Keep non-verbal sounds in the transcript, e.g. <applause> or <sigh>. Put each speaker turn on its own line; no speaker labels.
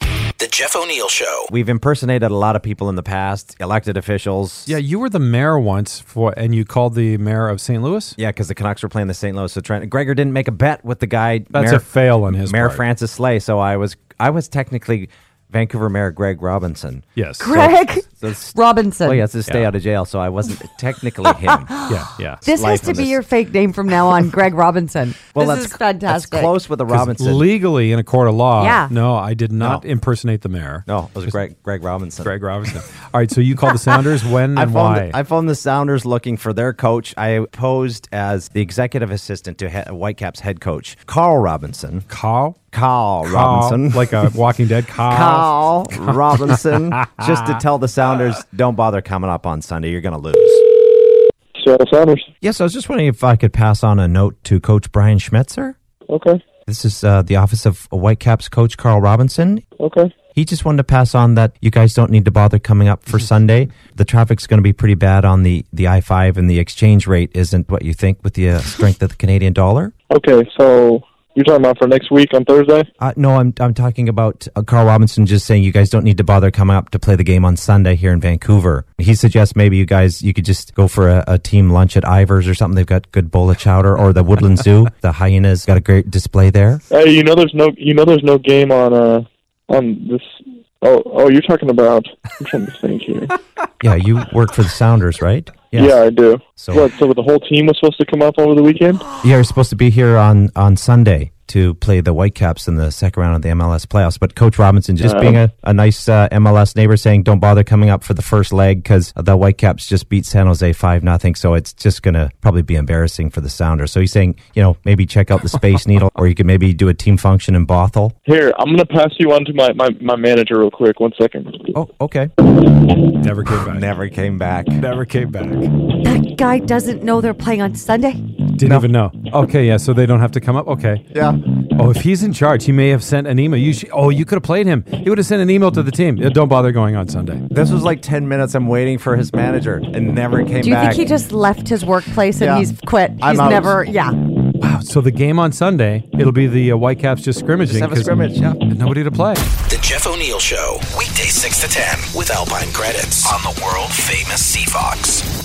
The Jeff O'Neill Show.
We've impersonated a lot of people in the past, elected officials.
Yeah, you were the mayor once for, and you called the mayor of St. Louis.
Yeah, because the Canucks were playing the St. Louis. So Trent Gregor didn't make a bet with the guy.
That's
Mayor,
a fail on his
Mayor
part.
Francis Slay. So I was I was technically Vancouver Mayor Greg Robinson.
Yes. so-
Greg
So it's-
Robinson.
Oh yeah, it's a stay
Yeah.
out of jail. So I wasn't technically
<laughs>
him.
yeah, yeah.
This has
life
to
on
be
this.
your fake name from now on, Greg Robinson.
<laughs> Well,
this
that's
is fantastic.
That's close with the
'Cause
Robinson.
Legally, in a court of law,
Yeah.
no, I did not
No.
impersonate the mayor.
no, it was Greg Greg Robinson.
Greg Robinson. All right, so you called the Sounders when
<laughs> I
and
phoned,
why?
I phoned the Sounders looking for their coach. I posed as the executive assistant to he- Whitecaps head coach, Carl Robinson.
Carl?
Carl
Carl,
Robinson.
like a Walking Dead Carl.
Carl Robinson. <laughs> just to tell the Sounders, don't bother coming up on Sunday. You're going to lose.
Seattle Sounders.
Yes, I was just wondering if I could pass on a note to Coach Brian Schmetzer.
Okay.
This is uh, the office of Whitecaps coach Carl Robinson.
Okay.
He just wanted to pass on that you guys don't need to bother coming up <laughs> for Sunday. The traffic's going to be pretty bad on the, the I 5, and the exchange rate isn't what you think with the uh, strength of the Canadian dollar.
Okay. So you're talking about for next week on Thursday?
Uh, no, I'm, I'm talking about uh, Carl Robinson just saying you guys don't need to bother coming up to play the game on Sunday here in Vancouver. He suggests maybe you guys, you could just go for a, a team lunch at Ivers or something. They've got good bowl of chowder or the Woodland Zoo. The hyenas got a great display there.
Hey, you know there's no you know there's no game on uh on this. Oh oh, you're talking about. I'm trying to think here.
Yeah, you work for the Sounders, right? Yes.
<laughs> Yeah, I do.
So-
So what? So the whole team was supposed to come up over the weekend.
You're supposed to be here on, on Sunday to play the Whitecaps in the second round of the MLS playoffs. But Coach Robinson, just
Uh-huh.
being a, a nice uh, MLS neighbor, saying don't bother coming up for the first leg because the Whitecaps just beat San Jose 5 nothing. So it's just going to probably be embarrassing for the Sounders. So he's saying, you know, maybe check out the Space Needle or you could maybe do a team function in Bothell.
Here, I'm gonna pass you on to my my, my manager real quick. One second.
Oh, okay.
Never came back.
Never came back.
Never came back. Didn't
That guy doesn't know they're playing on Sunday.
even know. Okay, yeah, so they don't have to come up? Okay.
Yeah.
Oh, if he's in charge, he may have sent an email. You should, oh, you could have played him. He would have sent an email to the team. Yeah, Don't bother going on Sunday.
This was like 10 minutes. I'm waiting for his manager and never came
Do you think he just left his workplace and
Yeah.
he's quit? He's
I'm out.
never, yeah.
Wow, so the game on Sunday, it'll be the uh, Whitecaps just scrimmaging.
have a
'cause
scrimmage, yeah.
Nobody to play.
The Jeff O'Neill Show. Weekday 6 to 10 with Alpine Credits on the world famous Seafox.